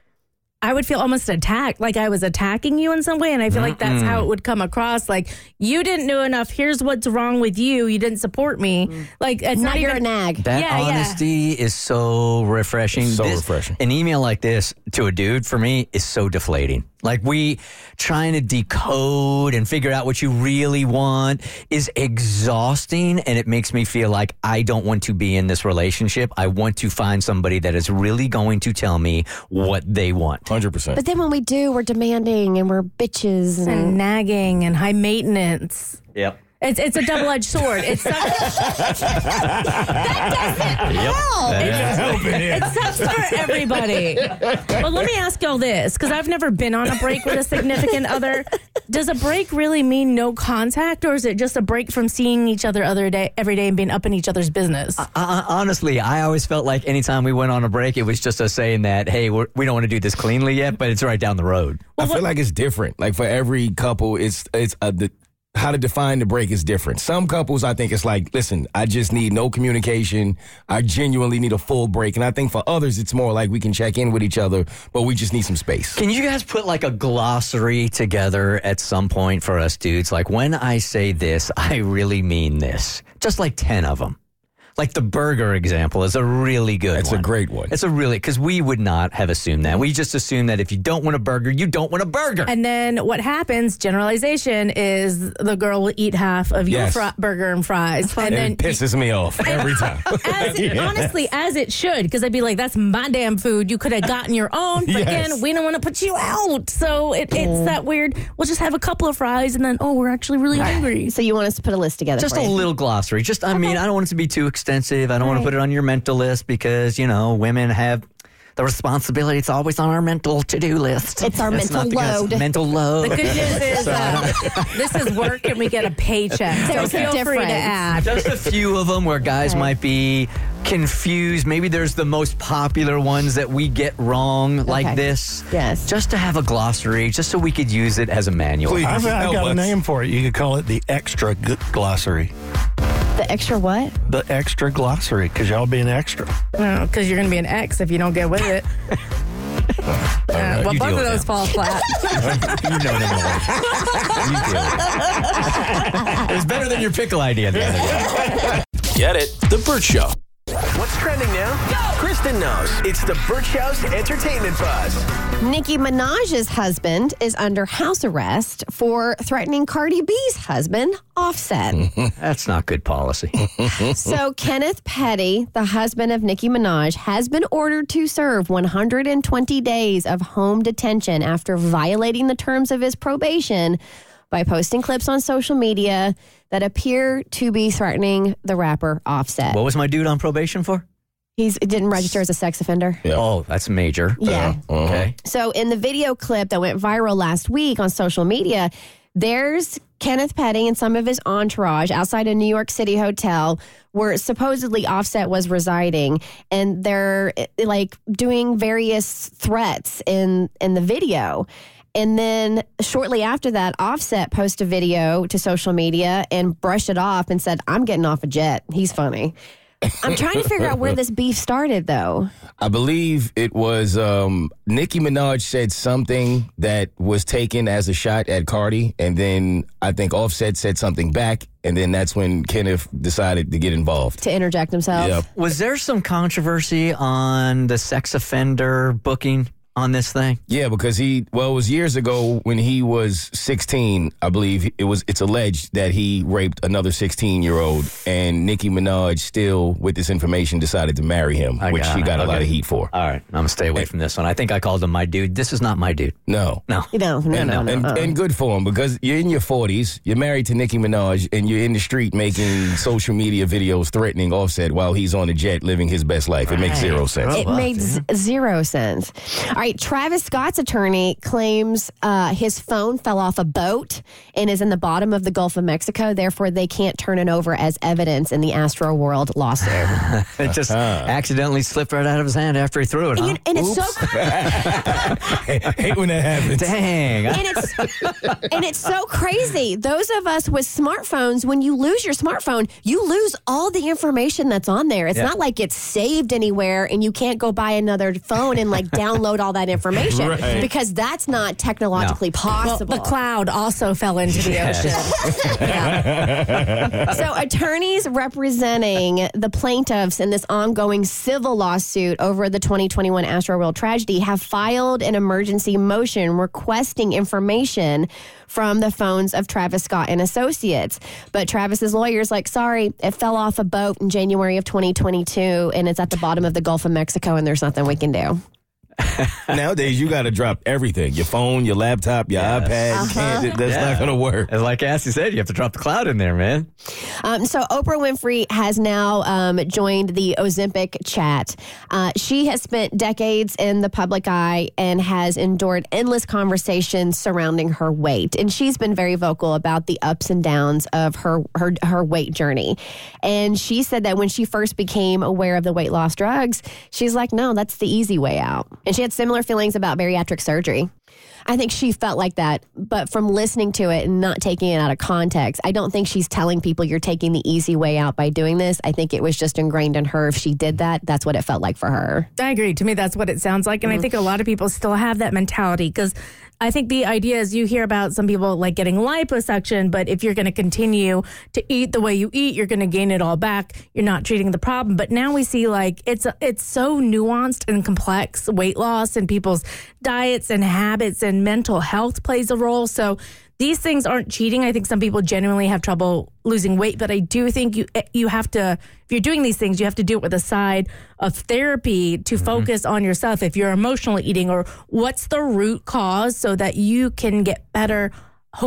E: I would feel almost attacked, like I was attacking you in some way. And I feel like that's how it would come across. Like, you didn't know enough. Here's what's wrong with you. You didn't support me. Like, it's
C: Now
E: not
C: you're
E: even.
C: a nag.
B: That
E: Yeah, yeah.
B: honesty is so refreshing.
D: So
B: This-
D: refreshing.
B: An email like this to a dude for me is so deflating. Like we trying to decode and figure out what you really want is exhausting and it makes me feel like I don't want to be in this relationship. I want to find somebody that is really going to tell me what they want.
D: 100%.
C: But then when we do, we're demanding and we're bitches and
E: and nagging and high maintenance.
B: Yep.
E: It's, it's a double edged sword. It sucks, it sucks for everybody. But let me ask y'all this because I've never been on a break with a significant other. Does a break really mean no contact, or is it just a break from seeing each other other day every day and being up in each other's business?
B: Uh, honestly, I always felt like anytime we went on a break, it was just us saying that, hey, we're, we don't want to do this cleanly yet, but it's right down the road.
D: I feel like it's different. Like for every couple, it's it's a, the, how to define the break is different. Some couples, I think it's like, listen, I just need no communication. I genuinely need a full break. And I think for others, it's more like we can check in with each other, but we just need some space.
B: Can you guys put like a glossary together at some point for us dudes? Like when I say this, I really mean this. Just like 10 of them. Like the burger example is a really good
D: That's a
B: one.
D: great one.
B: It's a really, because we would not have assumed that. We just assumed that if you don't want a burger, you don't want a burger.
E: And then what happens, generalization, is the girl will eat half of
D: Yes.
E: your fr- burger and fries. And then,
D: it pisses me off every time.
E: as, honestly, as it should, because I'd be like, that's my damn food. You could have gotten your own. But
D: Yes.
E: again, we don't want to put you out. So it, it's that weird, we'll just have a couple of fries and then, oh, we're actually really hungry.
C: So you want us to put a list together?
B: just
C: for
B: a
C: you.
B: little glossary. Just, I mean, I don't want it to be too extensive. I don't want to put it on your mental list because, you know, women have the responsibility. It's always on our mental to do list.
C: It's our
B: not
C: mental
B: the- it's
C: load.
B: Mental
E: The
B: load.
E: good news is uh, this is work and we get a paycheck. So
C: There's a
E: feel free
C: difference.
E: to add.
B: Just a few of them where guys might be confused. Maybe there's the most popular ones that we get wrong, like
C: Okay.
B: this.
C: Yes.
B: Just to have a glossary, just so we could use it as a manual.
D: Please.
F: I've, I've
D: Help
F: got a
D: us.
F: name for it. You could call it the extra g- glossary.
C: the extra what?
F: The extra glossary, because y'all being extra.
E: Because you're going to be an ex if you don't get with it. Uh, well,
D: you deal
E: both of
D: with
E: those
D: them.
E: fall flat.
D: you know them all. You deal with it.
B: It was better than your pickle idea. The other day.
A: Get it? The Burt Show. What's trending now? Kristen knows. It's the Burt Show's entertainment buzz.
C: Nicki Minaj's husband is under house arrest for threatening Cardi B's husband, Offset.
B: That's not good policy.
C: So, Kenneth Petty, the husband of Nicki Minaj, has been ordered to serve 120 days of home detention after violating the terms of his probation by posting clips on social media that appear to be threatening the rapper Offset.
B: what was my dude on probation for?
C: He's it didn't register as a sex offender.
D: Yeah. Uh-huh.
B: Oh, that's major.
C: Yeah.
B: Okay.
C: So, in the video clip that went viral last week on social media, there's Kenneth Petty and some of his entourage outside a New York City hotel where supposedly Offset was residing, and they're eh, like doing various threats in in the video. And then shortly after that, Offset posted a video to social media and brushed it off and said, "I'm getting off a jet. He's funny." I'm trying to figure out where this beef started, though.
D: I believe it was um, Nicki Minaj said something that was taken as a shot at Cardi, and then I think Offset said something back, and then that's when Kenneth decided to get involved.
C: To interject himself,
D: Yep.
B: Was there some controversy on the sex offender booking on this thing?
D: Yeah, because he well, it was years ago when he was 16, I believe it was. It's alleged that he raped another 16 year old, and Nicki Minaj still, with this information, decided to marry him,
B: I
D: which
B: got
D: she
B: it.
D: got a lot
B: Okay.
D: of heat for.
B: All right, I'm gonna stay away from this one. I think I called him my dude. This is not my dude.
D: No,
B: No.
C: you know, no,
D: and,
C: no, no,
D: and,
C: uh-uh.
D: and good for him because you're in your 40s, you're married to Nicki Minaj, and you're in the street making social media videos threatening Offset while he's on a jet living his best life. It makes zero sense.
C: It made z- zero sense. All right, Travis Scott's attorney claims uh, his phone fell off a boat and is in the bottom of the Gulf of Mexico. Therefore, they can't turn it over as evidence in the Astro World lawsuit. and
B: It
D: Uh-huh.
B: just accidentally slipped right out of his hand after he threw it. Huh?
C: you- and it's so cra-
D: I hate when that happens.
B: Dang. I-
C: and it's and it's so crazy. Those of us with smartphones, when you lose your smartphone, you lose all the information that's on there. It's
B: Yeah.
C: not like it's saved anywhere, and you can't go buy another phone and like download all that information
D: Right.
C: because that's not technologically
E: Well,
C: possible.
E: the cloud also fell into the
B: Yes.
E: ocean.
C: So, attorneys representing the plaintiffs in this ongoing civil lawsuit over the 2021 Astro World tragedy have filed an emergency motion requesting information from the phones of Travis Scott and Associates. But Travis's lawyers like, sorry, it fell off a boat in January of 2022 and it's at the bottom of the Gulf of Mexico and there's nothing we can do.
D: Nowadays, you got to drop everything your phone, your laptop, your iPad. You can't- that's not going to work.
B: And like Ashley said, you have to drop the cloud in there, man.
C: Um, so Oprah Winfrey has now um, joined the Ozempic chat. Uh, she has spent decades in the public eye and has endured endless conversations surrounding her weight, and she's been very vocal about the ups and downs of her her her weight journey. And she said that when she first became aware of the weight loss drugs, she's like, "No, that's the easy way out." And she had similar feelings about bariatric surgery. I think she felt like that, but from listening to it and not taking it out of context, I don't think she's telling people you're taking the easy way out by doing this. I think it was just ingrained in her. If she did that, that's what it felt like for her.
E: I agree. To me, that's what it sounds like. And I think a lot of people still have that mentality because I think the idea is you hear about some people like getting liposuction, but if you're going to continue to eat the way you eat, you're going to gain it all back. You're not treating the problem. But now we see like it's it's so nuanced and complex weight loss and people's diets and habits and mental health plays a role. So these things aren't cheating. I think some people genuinely have trouble losing weight, but I do think you eh, you have to if you're doing these things, you have to do it with a side of therapy to focus on yourself. If you're emotionally eating or what's the root cause so that you can get better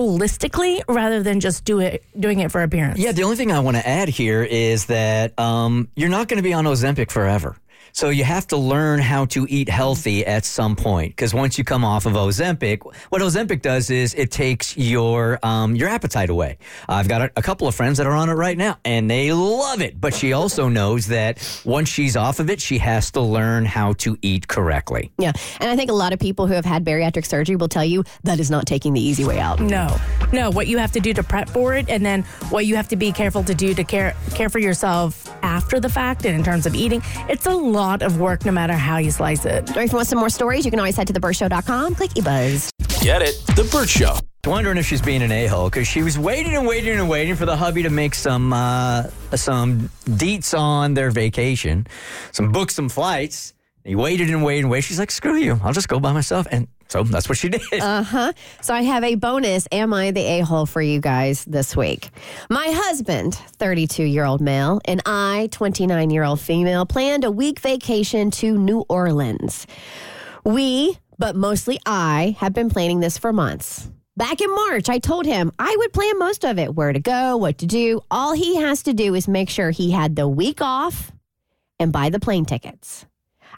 E: holistically rather than just do it doing it for appearance.
B: Yeah, the only thing I want to add here is that um, you're not going to be on Ozempic forever. So you have to learn how to eat healthy at some point because once you come off of Ozempic, what Ozempic does is it takes your um, your appetite away. I've got a, a couple of friends that are on it right now and they love it, but she also knows that once she's off of it, she has to learn how to eat correctly.
C: Yeah. And I think a lot of people who have had bariatric surgery will tell you that is not taking the easy way out.
E: No, no. What you have to do to prep for it, and then what you have to be careful to do to care care for yourself after the fact, and in terms of eating, it's a lot of work, no matter how you slice it.
C: Or if you want some more stories, you can always head to thebirdshow.com, click eBuzz.
A: Get it? The Burt Show.
B: Wondering if she's being an a hole because she was waiting and waiting and waiting for the hubby to make some uh, some deets on their vacation, some book some flights. He waited and waited and waited. She's like, "Screw you! I'll just go by myself." And so that's what she did.
C: Uh huh. So I have a bonus. Am I the a hole for you guys this week? My husband, 32 year old male, and I, 29 year old female, planned a week vacation to New Orleans. We, but mostly I, have been planning this for months. Back in March, I told him I would plan most of it where to go, what to do. All he has to do is make sure he had the week off and buy the plane tickets.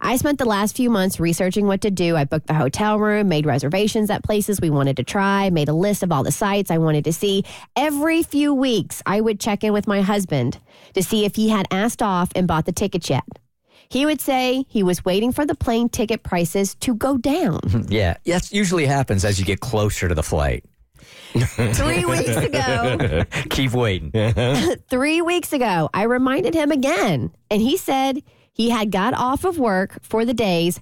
C: I spent the last few months researching what to do. I booked the hotel room, made reservations at places we wanted to try, made a list of all the sites I wanted to see. Every few weeks, I would check in with my husband to see if he had asked off and bought the tickets yet. He would say he was waiting for the plane ticket prices to go down.
B: yeah, that usually happens as you get closer to the flight.
C: Three weeks ago,
B: Keep waiting.
C: three weeks ago, I reminded him again, and he said he had got off of work for the days,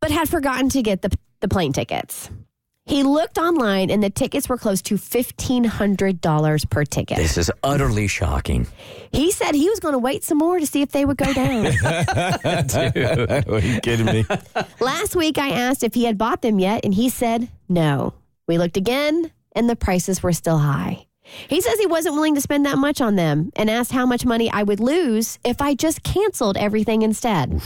C: but had forgotten to get the, the plane tickets. He looked online, and the tickets were close to $1,500 per ticket.
B: This is utterly shocking.
C: He said he was going to wait some more to see if they would go down.
D: Are you kidding me?
C: Last week, I asked if he had bought them yet, and he said no. We looked again, and the prices were still high. He says he wasn't willing to spend that much on them and asked how much money I would lose if I just canceled everything instead.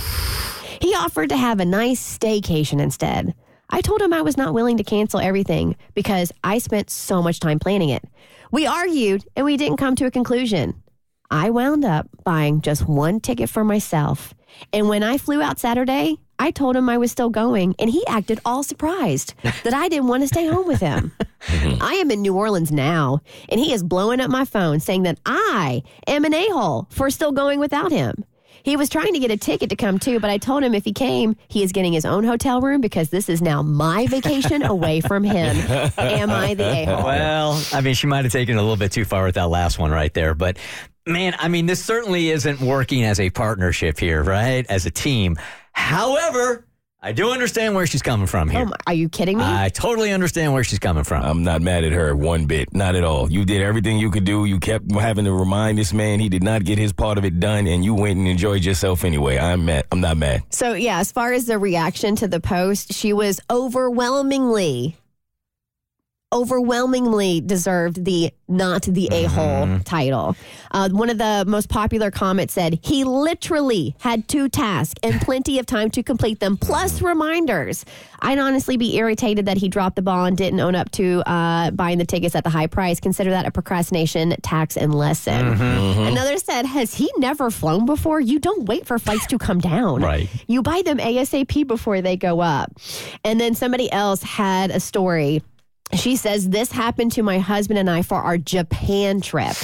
C: He offered to have a nice staycation instead. I told him I was not willing to cancel everything because I spent so much time planning it. We argued and we didn't come to a conclusion. I wound up buying just one ticket for myself. And when I flew out Saturday, I told him I was still going, and he acted all surprised that I didn't want to stay home with him. I am in New Orleans now, and he is blowing up my phone saying that I am an a hole for still going without him. He was trying to get a ticket to come too, but I told him if he came, he is getting his own hotel room because this is now my vacation away from him. Am I the a hole?
B: Well, I mean, she might have taken it a little bit too far with that last one right there, but man, I mean, this certainly isn't working as a partnership here, right? As a team. However, I do understand where she's coming from here.
C: Oh my, are you kidding me?
B: I totally understand where she's coming from.
D: I'm not mad at her one bit, not at all. You did everything you could do. You kept having to remind this man he did not get his part of it done, and you went and enjoyed yourself anyway. I'm mad. I'm not mad.
C: So, yeah, as far as the reaction to the post, she was overwhelmingly, overwhelmingly deserved the not the a hole title. Uh, one of the most popular comments said, He literally had two tasks and plenty of time to complete them, plus reminders. I'd honestly be irritated that he dropped the ball and didn't own up to uh, buying the tickets at the high price. Consider that a procrastination tax and lesson. Another said, Has he never flown before? You don't wait for flights to come down.
B: Right.
C: You buy them ASAP before they go up. And then somebody else had a story She says, This happened to my husband and I for our Japan trip.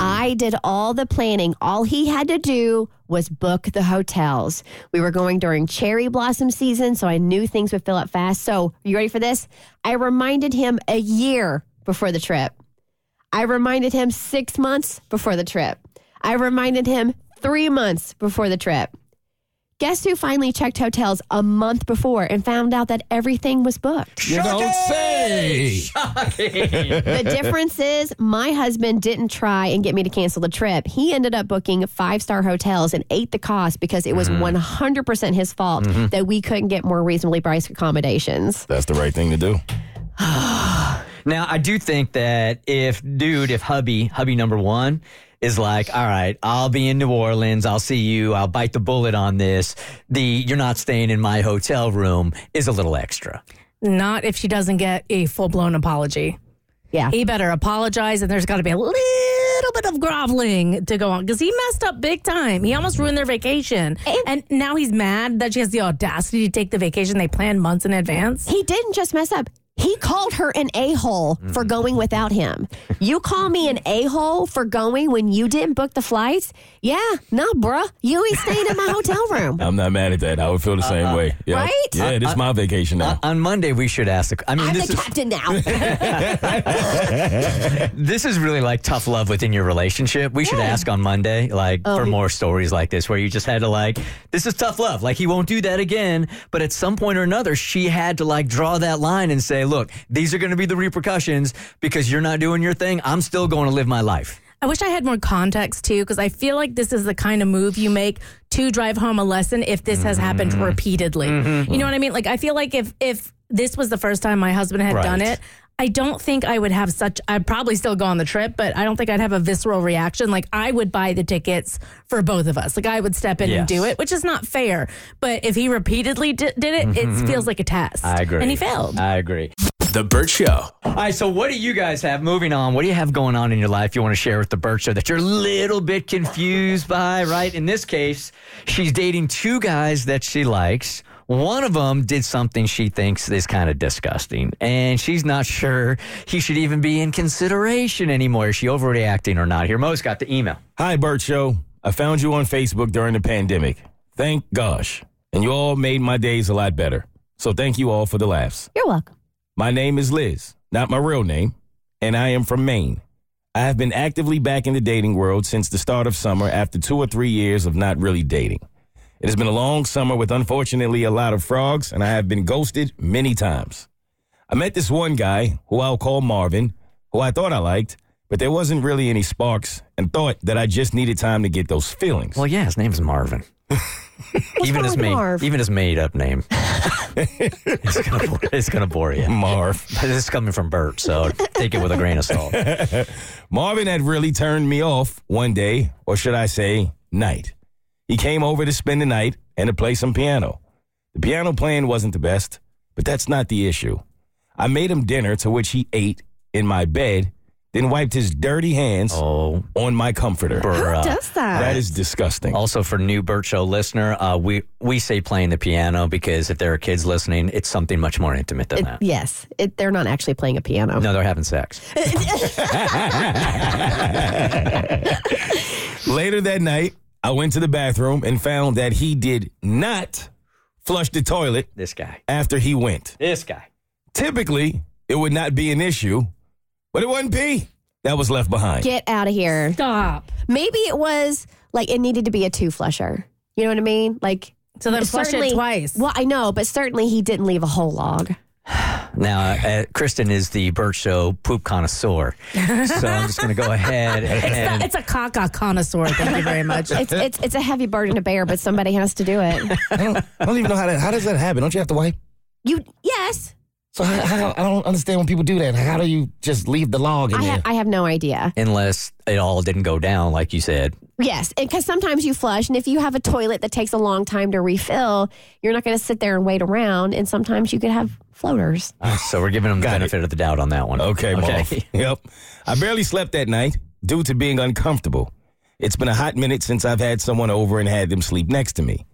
C: I did all the planning. All he had to do was book the hotels. We were going during cherry blossom season, so I knew things would fill up fast. So, you ready for this? I reminded him a year before the trip. I reminded him six months before the trip. I reminded him three months before the trip. Guess who finally checked hotels a month before and found out that everything was booked?
D: You don't say.
C: the difference is my husband didn't try and get me to cancel the trip. He ended up booking five star hotels and ate the cost because it was 100% his fault that we couldn't get more reasonably priced accommodations.
D: That's the right thing to do.
B: Now, I do think that if dude, if hubby, hubby number one is like, all right, I'll be in New Orleans. I'll see you. I'll bite the bullet on this. The you're not staying in my hotel room is a little extra.
E: Not if she doesn't get a full blown apology.
C: Yeah.
E: He better apologize, and there's got to be a little bit of groveling to go on because he messed up big time. He almost ruined their vacation. And, now he's mad that she has the audacity to take the vacation they planned months in advance.
C: He didn't just mess up. He called her an a hole for
B: Mm.
C: going without him. You call me an a hole for going when you didn't book the flights? Yeah, nah, bruh. You ain't staying in my hotel room.
D: I'm not mad at that. I would feel the same way. Yep.
C: right?
D: Yeah, this is my vacation now.
B: On Monday, we should ask. The, I mean,
C: I'm
B: this
C: the
B: is
C: captain now.
B: this is really like tough love within your relationship. We should ask on Monday, like for more stories like this, where you just had to like, this is tough love. Like he won't do that again. But at some point or another, she had to like draw that line and say, look, these are going to be the repercussions because you're not doing your thing. I'm still going to live my life.
E: I wish I had more context too, because I feel like this is the kind of move you make to drive home a lesson if this has happened
B: Mm-hmm.
E: repeatedly. You know what I mean? Like I feel like if if this was the first time my husband had done
B: Right.
E: it, I don't think I would have such I'd probably still go on the trip, but I don't think I'd have a visceral reaction. Like I would buy the tickets for both of us. Like I would step in and
B: Yes.
E: do it, which is not fair. But if he repeatedly di- did it, it feels like a test.
B: Mm-hmm. I agree.
E: And he failed.
B: I agree.
A: The Burt Show.
B: All right, so what do you guys have moving on? What do you have going on in your life you want to share with the Burt Show that you're a little bit confused by, right? In this case, she's dating two guys that she likes. One of them did something she thinks is kind of disgusting, and she's not sure he should even be in consideration anymore. Is she overreacting or not? Here, Mo's got the email.
D: Hi, Bert Show. I found you on Facebook during the pandemic. Thank gosh. And you all made my days a lot better. So thank you all for the laughs.
C: You're welcome.
D: My name is Liz, not my real name, and I am from Maine. I have been actively back in the dating world since the start of summer after two or three years of not really dating. It has been a long summer with unfortunately a lot of frogs, and I have been ghosted many times. I met this one guy who I'll call Marvin, who I thought I liked, but there wasn't really any sparks and thought that I just needed time to get those feelings.
B: Well, yeah, his name's Marvin. even
C: wrong
B: his
C: with
B: made,
C: Marv?
B: even his made-up name. it's gonna, bore- it's gonna bore you.
D: Marv.
B: This is coming from Bert, so take it with a grain of salt.
D: Marvin had really turned me off one day, or should I say, night. He came over to spend the night and to play some piano. The piano playing wasn't the best, but that's not the issue. I made him dinner to which he ate in my bed, then wiped his dirty hands
B: Oh,
D: on my comforter.
B: bruh.
C: Does that?
D: That is disgusting.
B: Also, for new Burt Show listener, uh, we we say playing the piano because if there are kids listening, it's something much more intimate than that.
C: Yes, it, they're not actually playing a piano.
B: No, they're having sex.
D: Later that night, I went to the bathroom and found that he did not flush the toilet
B: This guy.
D: after he went.
B: This guy.
D: typically it would not be an issue, but it wasn't pee that was left behind.
C: Get out of here.
E: Stop.
C: Maybe it was like it needed to be a two flusher. You know what I mean? Like
E: So then flush
C: certainly-
E: it twice.
C: Well, I know, but certainly he didn't leave a whole log.
B: Now, uh, Kristen is the Burt Show poop connoisseur, so I'm just going to go ahead and.
E: It's a caca connoisseur. Thank you very much.
C: It's it's it's a heavy burden to bear, but somebody has to do it.
D: I, don't, I don't even know how that, how does that happen. Don't you have to wipe?
C: You yes,
D: So how, how, I don't understand when people do that. How do you just leave the log in
C: I
D: there?
C: ha- I have no idea.
B: Unless it all didn't go down, like you said.
C: Yes, because sometimes you flush, and if you have a toilet that takes a long time to refill, you're not going to sit there and wait around. And sometimes you could have floaters.
B: Uh, So we're giving him the
D: Got it.
B: benefit of the doubt on that one.
D: Okay, Marv. Yep. I barely slept that night due to being uncomfortable. It's been a hot minute since I've had someone over and had them sleep next to me.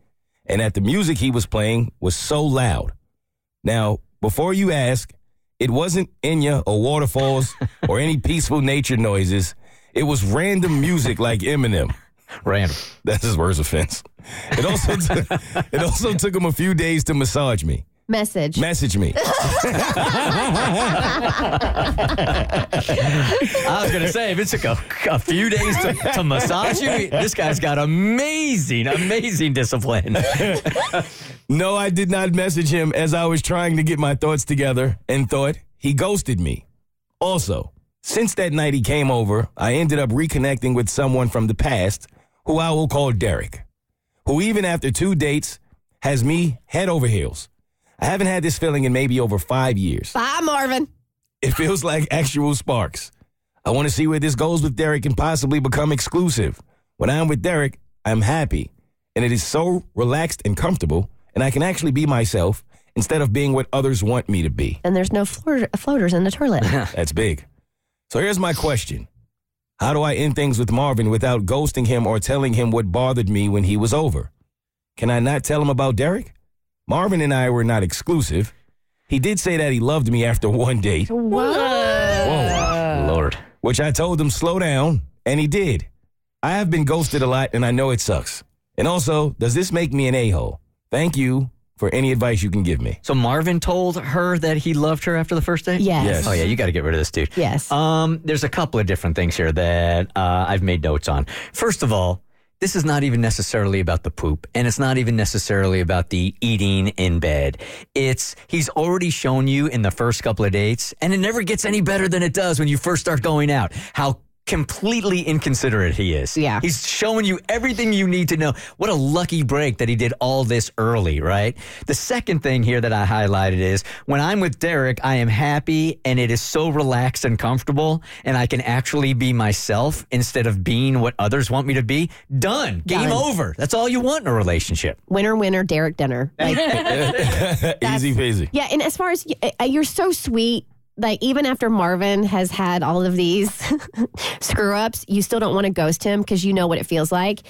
D: And that the music he was playing was so loud. Now, before you ask, It wasn't Enya or waterfalls or any peaceful nature noises. It was random music like Eminem.
B: Random.
D: That's his worst offense. It also t- it also took him a few days to massage me.
C: Message.
D: Message me.
B: I was going to say, if it took a, a few days to, to massage you, this guy's got amazing, amazing discipline.
D: No, I did not message him as I was trying to get my thoughts together and thought he ghosted me. Also, since that night he came over, I ended up reconnecting with someone from the past who I will call Derek, who, even after two dates, has me head over heels. I haven't had this feeling in maybe over five years.
C: Bye, Marvin.
D: It feels like actual sparks. I want to see where this goes with Derek and possibly become exclusive. When I'm with Derek, I'm happy. And it is so relaxed and comfortable, and I can actually be myself instead of being what others want me to be.
C: And there's no floor- floaters in the toilet.
D: That's big. So here's my question How do I end things with Marvin without ghosting him or telling him what bothered me when he was over? Can I not tell him about Derek? Marvin and I were not exclusive. He did say that he loved me after one date.
B: Whoa, Lord.
D: which I told him slow down, and he did. I have been ghosted a lot, and I know it sucks. And also, does this make me an a hole? Thank you for any advice you can give me.
B: So Marvin told her that he loved her after the first date?
G: Yes.
D: Yes.
B: Oh, yeah, you got to get rid of this dude.
G: Yes.
B: Um, there's a couple of different things here that uh, I've made notes on. First of all, this is not even necessarily about the poop, and it's not even necessarily about the eating in bed. It's he's already shown you in the first couple of dates, and it never gets any better than it does when you first start going out. How completely inconsiderate he is.
G: Yeah.
B: He's showing you everything you need to know. What a lucky break that he did all this early, right? The second thing here that I highlighted is when I'm with Derek, I am happy and it is so relaxed and comfortable, and I can actually be myself instead of being what others want me to be. Done. Game
G: Done.
B: over. That's all you want in a relationship.
C: Winner, winner, Derek Dinner. Like,
D: Easy peasy.
C: yeah, and as far as y- uh, you're so sweet. Like even after Marvin has had all of these screw ups, you still don't want to ghost him because you know what it feels like.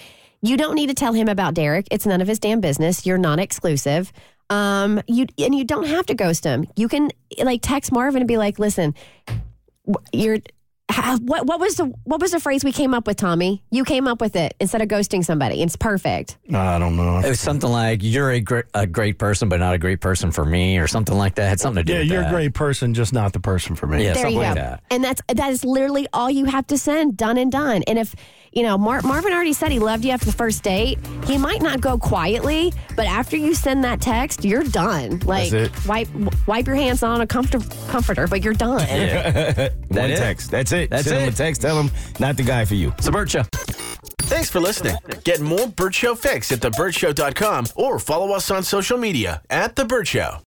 C: You don't need to tell him about Derek. It's none of his damn business. You're not exclusive. Um, you and you don't have to ghost him. You can like text Marvin and be like, "Listen, wh- you're." how- What what was the what was the phrase we came up with, Tommy? You came up with it instead of ghosting somebody. It's perfect.
F: I don't know.
B: It was something like, you're a, gr- a great person, but not a great person for me, or something like that. It had something to do
F: Yeah,
B: with
F: you're a
B: that.
F: great person, just not the person for me.
B: Yeah,
C: There
B: something
C: you go.
B: like that.
C: And that's that is literally all you have to send. Done and done. And if you know Mar- Marvin already said he loved you after the first date, he might not go quietly, but after you send that text, you're done. Like
D: it.
C: wipe wipe your hands on a comfort- comforter, but you're done.
D: One
B: it?
D: text. That's it.
B: That's
D: Send him
B: it.
D: a text. Tell him not the guy for you.
B: It's a Burt Show.
A: Thanks for listening. Get more Burt Show fix at thebirdshow.com or follow us on social media at The Burt Show.